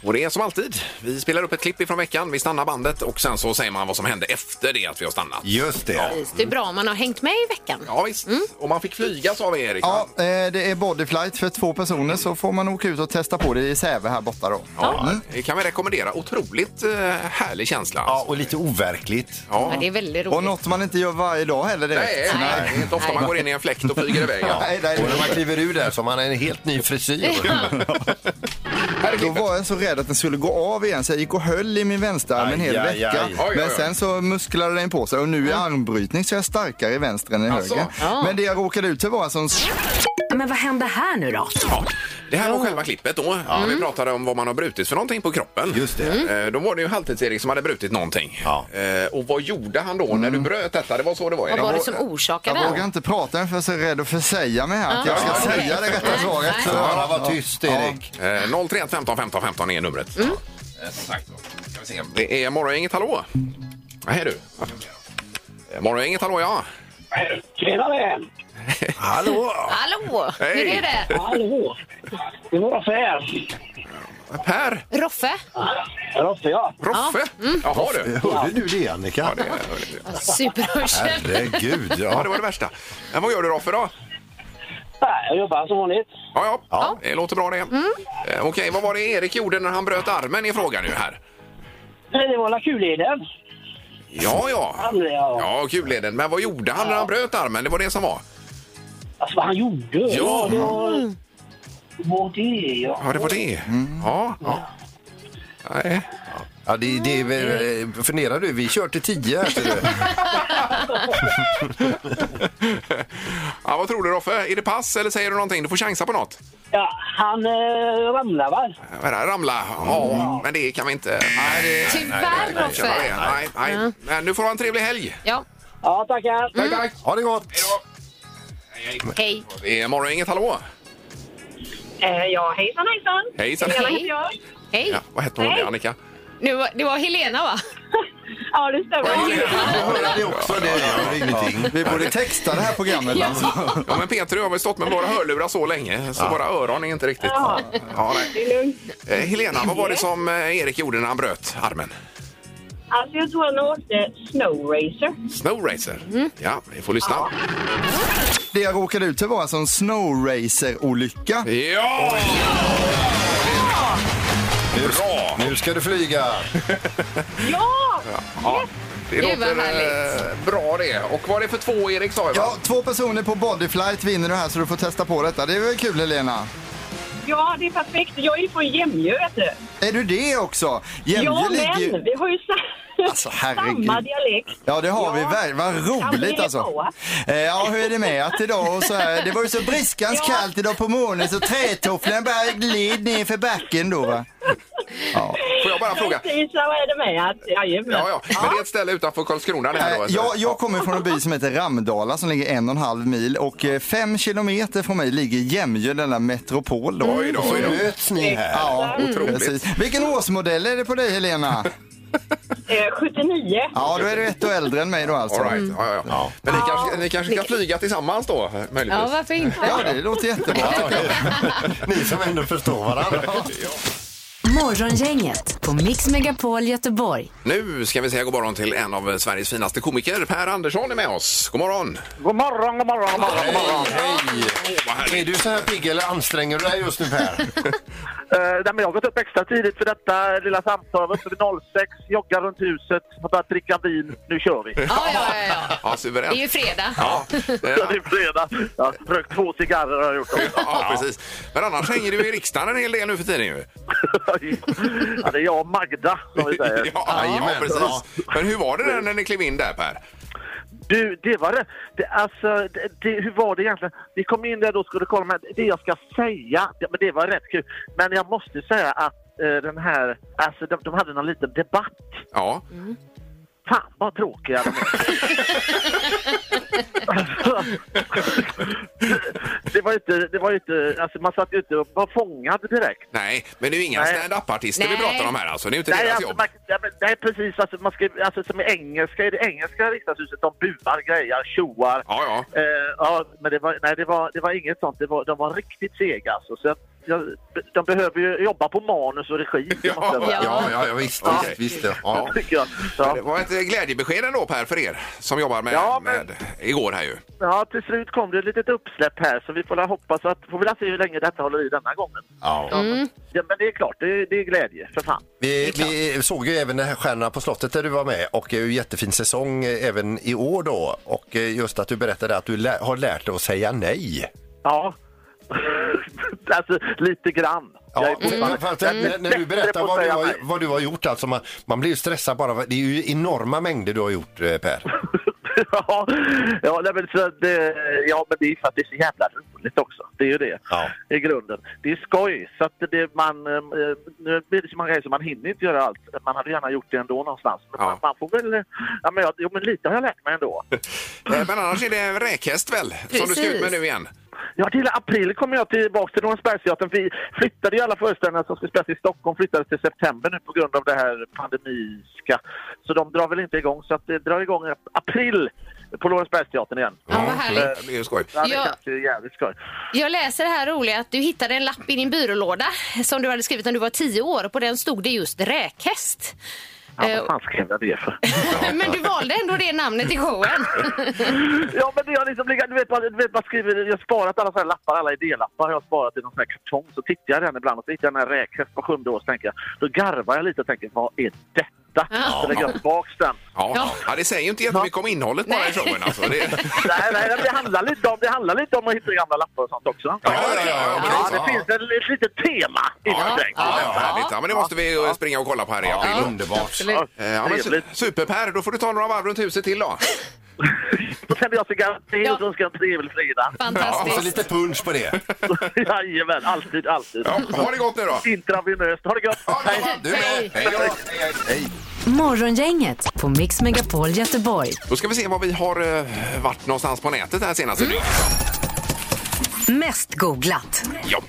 Speaker 4: Och det är som alltid. Vi spelar upp ett klipp ifrån veckan, vi stannar bandet och sen så säger man vad som hände efter det att vi har stannat.
Speaker 5: Just det.
Speaker 6: Det är bra om man har hängt med i veckan.
Speaker 4: Ja visst. Och man fick flyga sa vi Erik.
Speaker 7: Ja, eh, det är bodyflight för två personer så får man åka ut och testa på det i Säve här borta då. Mm.
Speaker 4: Ja, Det kan vi rekommendera. Otroligt eh, härlig känsla. alltså.
Speaker 5: Ja, och lite overkligt.
Speaker 4: Ja.
Speaker 6: Ja, det är väldigt
Speaker 7: Och
Speaker 6: roligt.
Speaker 7: något man inte gör varje dag heller direkt.
Speaker 4: Nej, nej, det är inte ofta man går in i en fläkt och flyger iväg. Ja.
Speaker 7: Nej, nej,
Speaker 5: Och när man
Speaker 7: nej.
Speaker 5: kliver ur där så har man en helt ny frisyr.
Speaker 7: Då var jag så rädd att den skulle gå av igen så jag gick och höll i min vänsterarm en hel
Speaker 5: Aj, aj,
Speaker 7: vecka.
Speaker 5: aj.
Speaker 4: Oj, oj,
Speaker 7: Men
Speaker 4: oj.
Speaker 7: sen så musklade den på sig och nu i armbrytning så är jag starkare i vänster än i
Speaker 4: Alltså.
Speaker 7: höger.
Speaker 6: Ja.
Speaker 7: Men det jag råkade ut för var alltså en
Speaker 3: Men vad händer här nu då?
Speaker 4: Ja. Det här var själva klippet då. När vi pratade om vad man har brutit för någonting på kroppen.
Speaker 5: Just det.
Speaker 4: Eh, Då var det ju Halvtids-Erik som hade brutit någonting.
Speaker 5: Ja.
Speaker 4: Eh, Och vad gjorde han då när du bröt detta? Det var så det var
Speaker 6: Vad
Speaker 4: Erik.
Speaker 6: var det som orsakade
Speaker 7: Jag vågar
Speaker 6: den?
Speaker 7: inte prata än för jag är så rädd att försäga mig här. Att jag ska
Speaker 4: Ja, okej.
Speaker 7: säga det rätta svaret.
Speaker 6: Nej.
Speaker 7: Så-
Speaker 5: Bara var tyst, Erik.
Speaker 4: Eh, 031 15 15 15 är numret. Ja. Eh, som sagt, då ska vi se. Det är Morgongänget, hallå? Vad är du? Eh, Morgongänget, hallå ja.
Speaker 2: Tjenare!
Speaker 5: Hallå!
Speaker 6: Hallå! Hur
Speaker 4: Hej.
Speaker 6: är det?
Speaker 2: Hallå! Det var Roffe här.
Speaker 4: Per
Speaker 6: Roffe?
Speaker 2: Roffe, ja.
Speaker 4: mm. Roffe. Jaha du.
Speaker 5: Hörde du det, Annika?
Speaker 4: Ja, det hörde du.
Speaker 6: Superhörsel.
Speaker 5: Herregud,
Speaker 4: Ja,
Speaker 5: ja.
Speaker 4: det var det värsta. Men vad gör du Roffe då?
Speaker 2: Jag jobbar som vanligt.
Speaker 4: Ja, ja. Det låter bra det. Eh, Okej, vad var det Erik gjorde när han bröt armen i frågan nu här?
Speaker 2: Det var kulleden.
Speaker 4: Ja, ja. Ja, kulleden. Men vad gjorde han när han bröt armen? Det var det som var.
Speaker 2: Alltså vad han gjorde?
Speaker 4: Ja.
Speaker 2: det var- Vad det ja.
Speaker 4: Ja, det var det. Ja. Mm. ja. Nej.
Speaker 5: ja det, det, eh, funderar du? Vi kör till tio. här, ser du.
Speaker 4: Ja, vad tror du Roffe? Är det pass eller säger du någonting? Du får chansa på något.
Speaker 2: ja han eh, ramlade va?
Speaker 4: Vad är det här? Ramla? Ja, men det kan vi inte. Nej, det...
Speaker 6: Tyvärr,
Speaker 4: Känna det.
Speaker 6: Mm. Roffe.
Speaker 4: Nej, nej. Men nu får du ha en trevlig helg.
Speaker 6: Ja,
Speaker 2: Ja tackar.
Speaker 4: Tack, tack.
Speaker 5: Ha det gott!
Speaker 6: hej.
Speaker 4: Det är Morgongänget, hallå?
Speaker 10: Eh, ja, hejsan hejsan.
Speaker 4: Hejsan.
Speaker 10: Helena heter jag.
Speaker 6: Hej.
Speaker 4: Ja, vad hette hon?
Speaker 10: Hej.
Speaker 4: Annika?
Speaker 6: Nu, var- det var Helena, va?
Speaker 10: Ja, det stämmer.
Speaker 5: hörde det också. Det gör ingenting.
Speaker 7: Vi borde texta det här programmet. Alltså.
Speaker 4: Ja, men Peter och jag har väl stått med våra hörlurar så länge så våra öron är inte riktigt...
Speaker 10: Ja.
Speaker 4: Ja, nej.
Speaker 10: Det är lugnt.
Speaker 4: Eh, Helena, vad var det som eh, Erik gjorde när han bröt armen?
Speaker 10: Alltså, jag tror han eh, åkte snowracer.
Speaker 4: Snowracer. Ja, vi får lyssna.
Speaker 7: Det jag råkade ut för var alltså en snowracer-olycka.
Speaker 4: Ja! Bra!
Speaker 5: Nu ska du flyga.
Speaker 10: Ja!
Speaker 4: Ja, det
Speaker 6: Gud, vad
Speaker 4: låter
Speaker 6: härligt.
Speaker 4: eh, bra det. Och vad är det för två Erik sa jag, va?
Speaker 7: Ja, två personer på bodyflight vinner du här så du får testa på detta. Det är väl kul Helena?
Speaker 10: Ja, det är perfekt. Jag är ju från Jämjö, vet du.
Speaker 7: Är du det också? Jämjö
Speaker 10: Ja,
Speaker 7: ligger ju-
Speaker 10: men vi har ju sa...
Speaker 7: Alltså, herregud.
Speaker 10: samma dialekt.
Speaker 7: Ja, det har vi.
Speaker 10: Ja.
Speaker 7: Ver- Vad
Speaker 10: Kan vi
Speaker 7: roligt
Speaker 10: hänga
Speaker 7: alltså.
Speaker 10: på?
Speaker 7: Eh, Ja, hur är det med att idag och så här? Det var ju så briskans
Speaker 10: Ja.
Speaker 7: kallt idag på morgonen så trätofflan bara gled ner för backen då va.
Speaker 4: Får jag bara fråga?
Speaker 10: Precis, så är det med att... Jajamän.
Speaker 4: Ja, ja. Men det är ett ställe utanför Karlskrona det här
Speaker 7: Eh,
Speaker 4: då? alltså.
Speaker 7: Jag, jag kommer från en by som heter Ramdala som ligger en och en halv mil och eh, fem kilometer från mig ligger Jämjö, denna metropol då.
Speaker 10: Mm.
Speaker 4: Oj då, oj
Speaker 7: Mm.
Speaker 4: då.
Speaker 5: Möts ni här?
Speaker 7: Ja,
Speaker 4: Otroligt.
Speaker 7: precis. Vilken årsmodell är det på dig Helena?
Speaker 10: Eh, 79.
Speaker 7: Ja, då är du ett år äldre än mig då alltså.
Speaker 4: All right. ja, ja, ja. Men ni kanske, ni kanske ska flyga tillsammans då? Möjligtvis.
Speaker 6: Ja, varför inte?
Speaker 7: Ja, det låter jättebra.
Speaker 5: Ni som ändå förstår varandra.
Speaker 3: Morgongänget på Mix Megapol Göteborg.
Speaker 4: Nu ska vi säga god morgon till en av Sveriges finaste komiker. Per Andersson är med oss. God morgon!
Speaker 12: God morgon, god morgon, god morgon.
Speaker 5: Hej, hej! Är du så här pigg eller anstränger du dig just nu Per?
Speaker 12: Eh, nej, men jag har gått upp extra tidigt för detta lilla samtal. Uppe vid 06, joggar runt huset, har börjat dricka vin. Nu kör vi.
Speaker 6: Ja, ja, ja, ja.
Speaker 4: Ja, suveränt.
Speaker 6: Det är ju fredag.
Speaker 4: Ja,
Speaker 12: Ja, det är fredag. Jag har rökt två cigarrer har jag gjort. också.
Speaker 4: ja, precis. Men annars hänger du i riksdagen en hel del nu för tiden ju.
Speaker 12: Ja, Alltså, det är jag och Magda som vi säger.
Speaker 4: Ja, ja, precis. Men hur var det där när ni klev in där Per?
Speaker 12: Du, det var det. det alltså, det, det, hur var det egentligen? Vi kom in där då skulle kolla med det jag ska säga. Det, men det var rätt kul. Men jag måste säga att eh, den här, alltså de, de hade någon liten debatt.
Speaker 4: Ja,
Speaker 12: Fan vad tråkiga de är. det var ju inte, det var ju inte, alltså man satt ju inte och var fångad direkt.
Speaker 4: nej, men det är ju inga
Speaker 12: Nej.
Speaker 4: stand-up-artister vi
Speaker 6: Nej.
Speaker 4: pratar om här alltså. Det är ju inte
Speaker 12: Nej,
Speaker 4: deras
Speaker 12: alltså,
Speaker 4: jobb.
Speaker 12: man, nej, men- nej precis, alltså, man ska, alltså som i engelska, i det engelska riksdagshuset, de buar, grejar, tjoar.
Speaker 4: Ja, ja.
Speaker 12: Eh, ja, men det var, nej, det var, det var inget sånt. Det var, de var riktigt sega. Alltså. Så jag, jag, de behöver ju jobba på manus och regi. det måste jag säga.
Speaker 5: Ja, ja, ja visst, visst, visst. ja. Ja.
Speaker 12: Tycker jag.
Speaker 4: Det
Speaker 12: Ja.
Speaker 4: var ett eh, glädjebesked ändå Per för er som jobbar med,
Speaker 12: Ja, men-
Speaker 4: med igår här ju.
Speaker 12: ja, till slut kom det ett litet uppsläpp här så vi får väl hoppas att, får väl se hur länge detta håller i denna gången.
Speaker 5: Ja.
Speaker 12: Ja, men det är klart, det, det är glädje för fan.
Speaker 5: Vi, vi såg ju även den här Stjärnorna på slottet där du var med och det är ju jättefin säsong eh, även i år då och eh, just att du berättade att du lä- har lärt dig att säga nej.
Speaker 12: Ja, alltså lite grann. Jag är
Speaker 5: Ja, Mm.
Speaker 12: fortfarande-
Speaker 5: för att, när, när du
Speaker 12: bättre på
Speaker 5: berättar
Speaker 12: att
Speaker 5: vad du,
Speaker 12: säga
Speaker 5: har,
Speaker 12: nej.
Speaker 5: vad du har gjort, alltså man, man blir ju stressad bara. Det är ju enorma mängder du har gjort eh, Per.
Speaker 12: ja, ja, nej, men så det, ja, men det är för att det är så jävla roligt också. Det är ju det
Speaker 5: Ja.
Speaker 12: i grunden. Det är skoj. Så att det, man, eh, nu blir det så många grejer så man hinner inte göra allt. Man hade gärna gjort det ändå någonstans. Men
Speaker 4: Ja.
Speaker 12: man, man får väl... eh, Ja, men, jag, jo, men lite har jag lärt mig ändå.
Speaker 4: Eh, Men annars är det räkhäst väl som du ska ut med nu igen?
Speaker 12: Ja, till april kommer jag tillbaka till Norrmalmsbergsteatern. Vi flyttade ju alla föreställningar som skulle spelas i Stockholm flyttades till september nu på grund av det här pandemiska. Så de drar väl inte igång. Så att det drar igång i ap- april på Norrmalmsbergsteatern igen.
Speaker 6: Ja, vad härligt.
Speaker 4: Det är ju skoj.
Speaker 12: Ja, det
Speaker 6: Ja.
Speaker 12: känns ju jävligt skoj.
Speaker 6: Jag läser det här roliga att du hittade en lapp i din byrålåda som du hade skrivit när du var tio år och på den stod det just räkhäst.
Speaker 12: Ja,
Speaker 6: Eh,
Speaker 12: vad fan skrev jag det för?
Speaker 6: Men du valde ändå det namnet i showen.
Speaker 12: ja, men det har liksom legat... Du vet, man, du vet, man skriver, jag har sparat alla såna här lappar, alla idélappar. Jag har sparat i någon sån här kartong. Så tittar jag i den ibland och så hittar jag den här räkhäst på sjunde år. Så tänker jag, då garvar jag lite och tänker, vad är detta? Så lägger jag tillbaka den.
Speaker 4: Ja. ja, det säger ju inte jättemycket om innehållet bara i showen alltså. Det...
Speaker 12: Nej, nej, nej, det handlar lite om, det handlar lite om att hitta gamla lappar och sånt också.
Speaker 4: Ja, ja, ja, ja,
Speaker 12: Ja,
Speaker 4: precis.
Speaker 12: det finns ett, ett litet tema instängt.
Speaker 4: Ja, ja, härligt. Ja, men det måste vi eh, springa och kolla på här i april.
Speaker 5: Underbart.
Speaker 12: Ja,
Speaker 4: Eh, Ja, men su-
Speaker 12: trevligt.
Speaker 4: super-Per, då får du ta några varv runt huset till då.
Speaker 12: Då tänder jag cigarr till
Speaker 6: Ja.
Speaker 12: och så ska jag ha en trevlig fredag.
Speaker 5: Och så
Speaker 6: Fantastiskt.
Speaker 5: Alltså, lite punch på det.
Speaker 12: Jajamän, alltid, alltid.
Speaker 4: Ja, ha det gott nu då!
Speaker 12: Intravenöst. Ha det gott! Hej.
Speaker 5: Du med. Hej då. Hej.
Speaker 3: Morgongänget på Mix Megapol Göteborg.
Speaker 4: Då ska vi se vad vi har eh, varit någonstans på nätet här Eh, senaste dygnet.
Speaker 3: Mest googlat.
Speaker 4: Ja.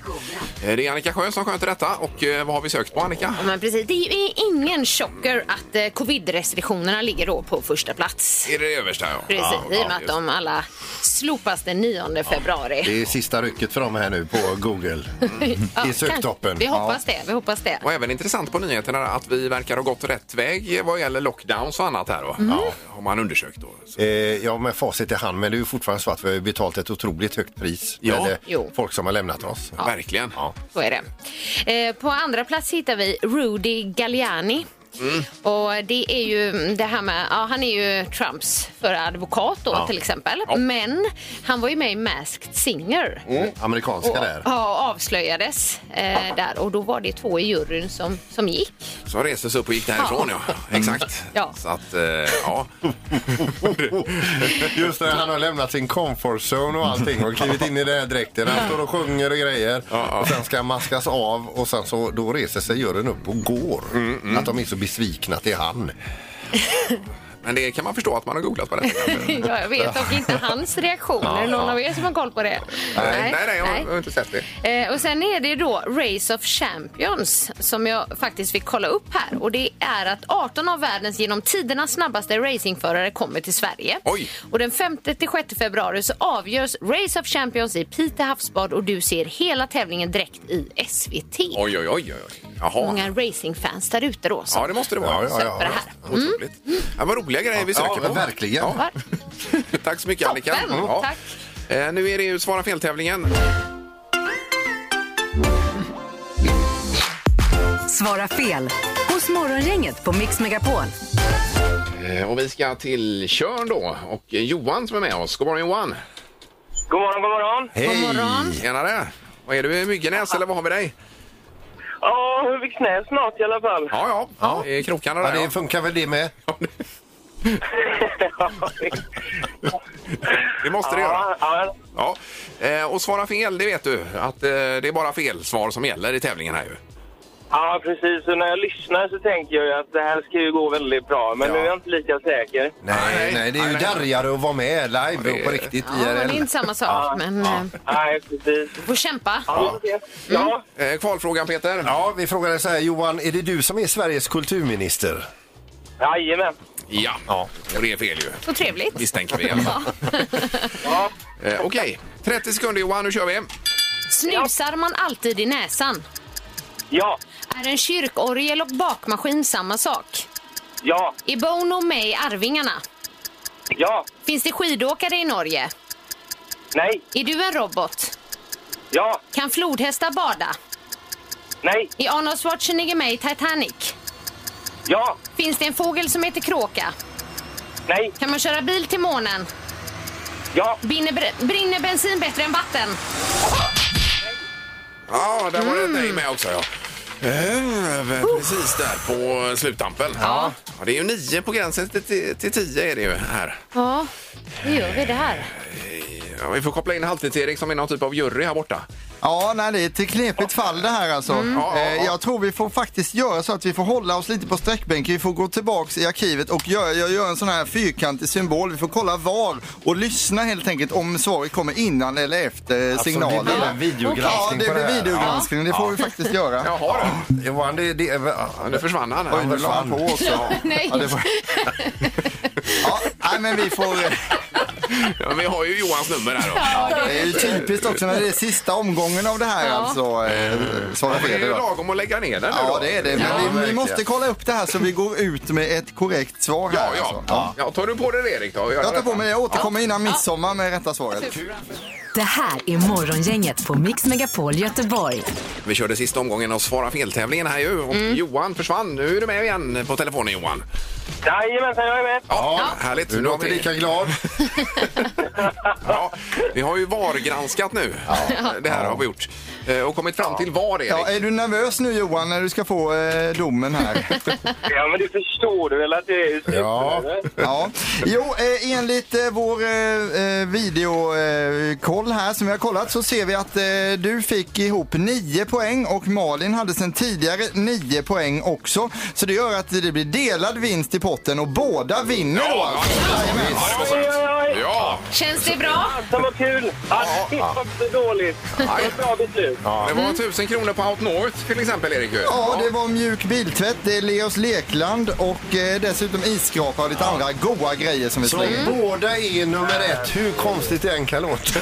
Speaker 4: Eh, Det är Annika Sjö som sköter detta och eh, vad har vi sökt på Annika?
Speaker 6: Ja, Men precis. Det är ju ingen chocker att eh, covid-restriktionerna ligger då på första plats.
Speaker 4: Är det det översta? Ja.
Speaker 6: Precis,
Speaker 4: Ja,
Speaker 6: i
Speaker 4: ja,
Speaker 6: och med att
Speaker 4: just.
Speaker 6: de alla slopas den 9 februari.
Speaker 5: Det är sista rycket för dem här nu på Google. I söktoppen.
Speaker 6: Vi hoppas det, vi hoppas det.
Speaker 4: Och även intressant på nyheterna att vi verkar ha gått rätt väg vad gäller lockdowns och annat här. Va? Ja, har man undersökt då. Så.
Speaker 5: Eh, ja, med facit i hand, men det är ju fortfarande så att vi har ju betalat ett otroligt högt pris.
Speaker 4: Ja.
Speaker 5: Eller
Speaker 6: Jo.
Speaker 5: folk som har lämnat oss.
Speaker 4: Verkligen. Ja.
Speaker 6: Så är det. Eh, på andra plats hittar vi Rudy Galliani. Och det är ju det här med, ja, han är ju Trumps förra advokat då till exempel. Men han var ju med i Masked Singer.
Speaker 5: Amerikanska där.
Speaker 6: Ja, och avslöjades eh, där och då var det två i juryn som, som gick.
Speaker 4: Så reses upp och gick därifrån ja. Exakt.
Speaker 6: Ja.
Speaker 4: Så att, eh, ja.
Speaker 5: Just det, han har lämnat sin comfort zone och allting och klivit in i den här dräkten. Han står och sjunger och grejer.
Speaker 4: ja.
Speaker 5: Och sen ska han maskas av och sen så då reser sig juryn upp och går. Att de är så besvikna till han.
Speaker 4: men det kan man förstå att man har googlat på det.
Speaker 6: ja, jag vet och inte hans reaktion.
Speaker 4: Ja,
Speaker 6: Är det någon
Speaker 4: ja.
Speaker 6: av er som har koll på det?
Speaker 4: nej, nej, nej, jag har- jag har inte sett det.
Speaker 6: Eh, och sen är det då Race of Champions som jag faktiskt fick kolla upp här. Och det är att 18 av världens genom tiderna snabbaste racingförare kommer till Sverige. Och den 5-6 februari så avgörs Race of Champions i Pite havsbad och du ser hela tävlingen direkt i SVT.
Speaker 4: Oj, oj, oj. oj. Jaha.
Speaker 6: Många racingfans där ute då. som
Speaker 4: Ja, det måste det vara. Ja, ja, ja,
Speaker 6: stöttar det här.
Speaker 4: Otroligt. Ja, vad roliga grejer vi söker på. Verkligen. Ja. Tack så mycket, Annika. Mm.
Speaker 6: Toppen. Tack.
Speaker 4: Eh, Nu är det ju Svara fel-tävlingen.
Speaker 3: Svara fel hos Morgongänget på Mix Megapol.
Speaker 4: Eh, Och vi ska till Körn då. Och Johan som är med oss. God morgon Johan!
Speaker 13: God morgon, god morgon!
Speaker 4: Hej! Tjenare! Vad är du, i Myggenäs eller vad har vi dig?
Speaker 13: Ja, Hudiksnäs snart i alla fall.
Speaker 4: Ja, ja. I krokarna där.
Speaker 5: Ja, det funkar väl det med?
Speaker 4: Det måste det göra. Ja. Eh, Och svara fel, det vet du. Att eh, det är bara fel svar som gäller i tävlingen här ju.
Speaker 13: Ja, precis. Och när jag lyssnar så tänker jag ju att det här ska ju gå väldigt bra. Men nu är jag inte lika säker.
Speaker 5: Nej, nej, det är ju darrigare att vara med live och på riktigt
Speaker 6: Ja, det är
Speaker 5: IRL.
Speaker 6: inte samma sak, men eh,
Speaker 13: Nej, precis.
Speaker 6: du får kämpa.
Speaker 13: Ja.
Speaker 10: Mm.
Speaker 4: Eh, Kvalfrågan Peter.
Speaker 5: Ja, vi frågade så här Johan, är det du som är Sveriges kulturminister?
Speaker 13: Jajamän.
Speaker 4: Ja. ja, och det är fel ju.
Speaker 6: Så trevligt.
Speaker 4: Misstänker vi i alla fall. Eh, Okej, 30 sekunder Johan, nu kör vi.
Speaker 6: Snusar man alltid i näsan?
Speaker 13: Ja.
Speaker 6: Är en kyrkorgel och bakmaskin samma sak?
Speaker 13: Ja.
Speaker 6: Är Bono med i Arvingarna?
Speaker 13: Ja.
Speaker 6: Finns det skidåkare i Norge?
Speaker 13: Nej.
Speaker 6: Är du en robot?
Speaker 13: Ja.
Speaker 6: Kan flodhästar bada?
Speaker 13: Nej.
Speaker 6: Är Arnold Schwarzenegger med i Titanic?
Speaker 13: Ja.
Speaker 6: Finns det en fågel som heter kråka?
Speaker 13: Nej.
Speaker 6: Kan man köra bil till månen?
Speaker 13: Ja.
Speaker 6: Brinner, bre- brinner bensin bättre än vatten?
Speaker 4: Ja, där var det ett
Speaker 7: Mm.
Speaker 4: nej med också. Ja. Eh, Precis där på sluttampen. Ja. det är ju nio på gränsen till- till till tio är det ju här.
Speaker 6: Ja, hur gör vi det här?
Speaker 4: Ja, vi får koppla in Halvtids-Erik som är någon typ av jury här borta.
Speaker 7: Ja, nej, det är ett knepigt fall det här alltså.
Speaker 4: Mm. Ja, ja, ja.
Speaker 7: Eh, Jag tror vi får faktiskt göra så att vi får hålla oss lite på sträckbänken. Vi får gå tillbaks i arkivet och göra, jag gör en sån här fyrkantig symbol. Vi får kolla var och lyssna helt enkelt om svaret kommer innan eller efter
Speaker 5: Alltså,
Speaker 7: signalen.
Speaker 5: det blir en videogranskning
Speaker 7: Ja,
Speaker 5: på
Speaker 7: det
Speaker 5: det
Speaker 7: blir
Speaker 5: här.
Speaker 7: videogranskning. Det får vi faktiskt göra.
Speaker 4: Jaha,
Speaker 5: Johan, det, det, ja,
Speaker 4: nu försvann han.
Speaker 7: Oj, nu la han på också.
Speaker 6: Nej.
Speaker 7: Ja, det var- ja, nej, men vi får...
Speaker 4: Ja, vi har ju Johans nummer här. Då.
Speaker 7: Det är ju typiskt också när det är sista omgången av det här
Speaker 4: Ja.
Speaker 7: alltså. eh, Svara
Speaker 4: Det är
Speaker 7: fel
Speaker 4: ju
Speaker 7: idag.
Speaker 4: lagom att lägga ner den nu
Speaker 7: Ja,
Speaker 4: då.
Speaker 7: det är det. Men vi, vi måste kolla upp det här så vi går ut med ett korrekt svar här. alltså.
Speaker 4: Ja, ja. ja. ja tar du på dig det Erik då?
Speaker 7: Jag tar på mig det. Jag återkommer
Speaker 4: Ja.
Speaker 7: innan midsommar med rätta svaret.
Speaker 3: Det här är Morgongänget på Mix Megapol Göteborg.
Speaker 4: Vi körde sista omgången av Svara fel-tävlingen här ju. Och
Speaker 7: Mm.
Speaker 4: Johan försvann. Nu är du med igen på telefonen Johan.
Speaker 13: Jajamensan, jag är med.
Speaker 4: Ja, härligt.
Speaker 5: Du låter lika glad.
Speaker 4: ja, vi har ju VAR-granskat nu. Det här har vi gjort. Eh, Och kommit fram till VAR, Erik.
Speaker 7: Ja, är du nervös nu Johan när du ska få eh, domen här?
Speaker 13: Ja, men det förstår du väl att det är Ja.
Speaker 7: ja. Jo, eh, enligt eh, vår eh, videokoll eh, koll här som vi har kollat så ser vi att eh, du fick ihop 9 poäng och Malin hade sedan tidigare 9 poäng också. Så det gör att det blir delad vinst i potten och båda vinner då. alltså.
Speaker 4: Ja!
Speaker 6: Känns det bra?
Speaker 13: Fan, vad kul! Ja, det var inte dåligt. Det var ett bra beslut.
Speaker 4: Det var 1000 kronor på Out North till exempel, Erik. ju.
Speaker 7: Ja, det var mjuk biltvätt, det är Leos Lekland och eh, dessutom isskrapa och lite andra goa grejer som vi
Speaker 5: Så
Speaker 7: slänger in.
Speaker 5: båda är nummer ett, hur konstigt det än kan låta.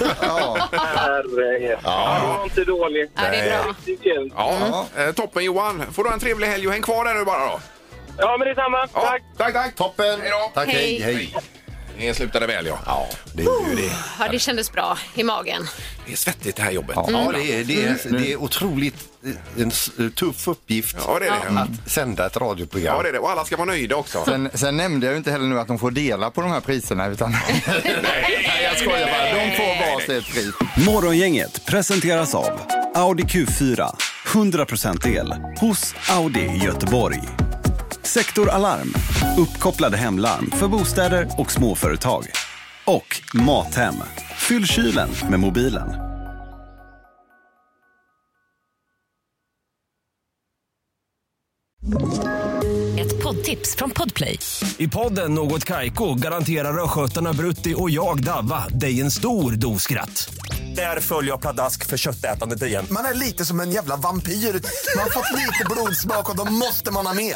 Speaker 13: Herregud. Ja. Det var inte dåligt.
Speaker 6: Ja, det är bra.
Speaker 13: Riktigt kul.
Speaker 4: Ja, eh, Toppen Johan. Får du ha en trevlig helg och häng kvar där nu bara då.
Speaker 13: Ja, men detsamma.
Speaker 4: Ja,
Speaker 13: Tack!
Speaker 4: Tack, tack.
Speaker 5: Toppen! Tack, hej,
Speaker 6: Hej.
Speaker 5: hej.
Speaker 4: Det slutade väl ja. Ja,
Speaker 5: Det är ju det.
Speaker 6: Ja, det kändes bra i magen.
Speaker 4: det är svettigt det här jobbet.
Speaker 5: Ja, det är, det är, det är otroligt eh, en s- tuff uppgift
Speaker 4: Ja, det är det.
Speaker 5: att sända ett radioprogram.
Speaker 4: Ja, det är det. Och alla ska vara nöjda också.
Speaker 7: Sen, sen nämnde jag ju inte heller nu att de får dela på de här priserna utan
Speaker 4: Nej, jag skojar bara.
Speaker 7: de får varsitt pris.
Speaker 14: Morgongänget presenteras av Audi Q4. 100% el hos Audi Göteborg. Sektor Alarm. Uppkopplade hemlarm för bostäder och småföretag. Och Mathem. Fyll kylen med mobilen.
Speaker 3: Ett poddtips tips från Podplay. I podden Något Kaiko garanterar östgötarna Brutti och jag, Davva, dig en stor dos skratt. Där följer jag pladask för köttätandet igen.
Speaker 4: Man är lite som en jävla vampyr. Man har fått lite blodsmak och då måste man ha mer.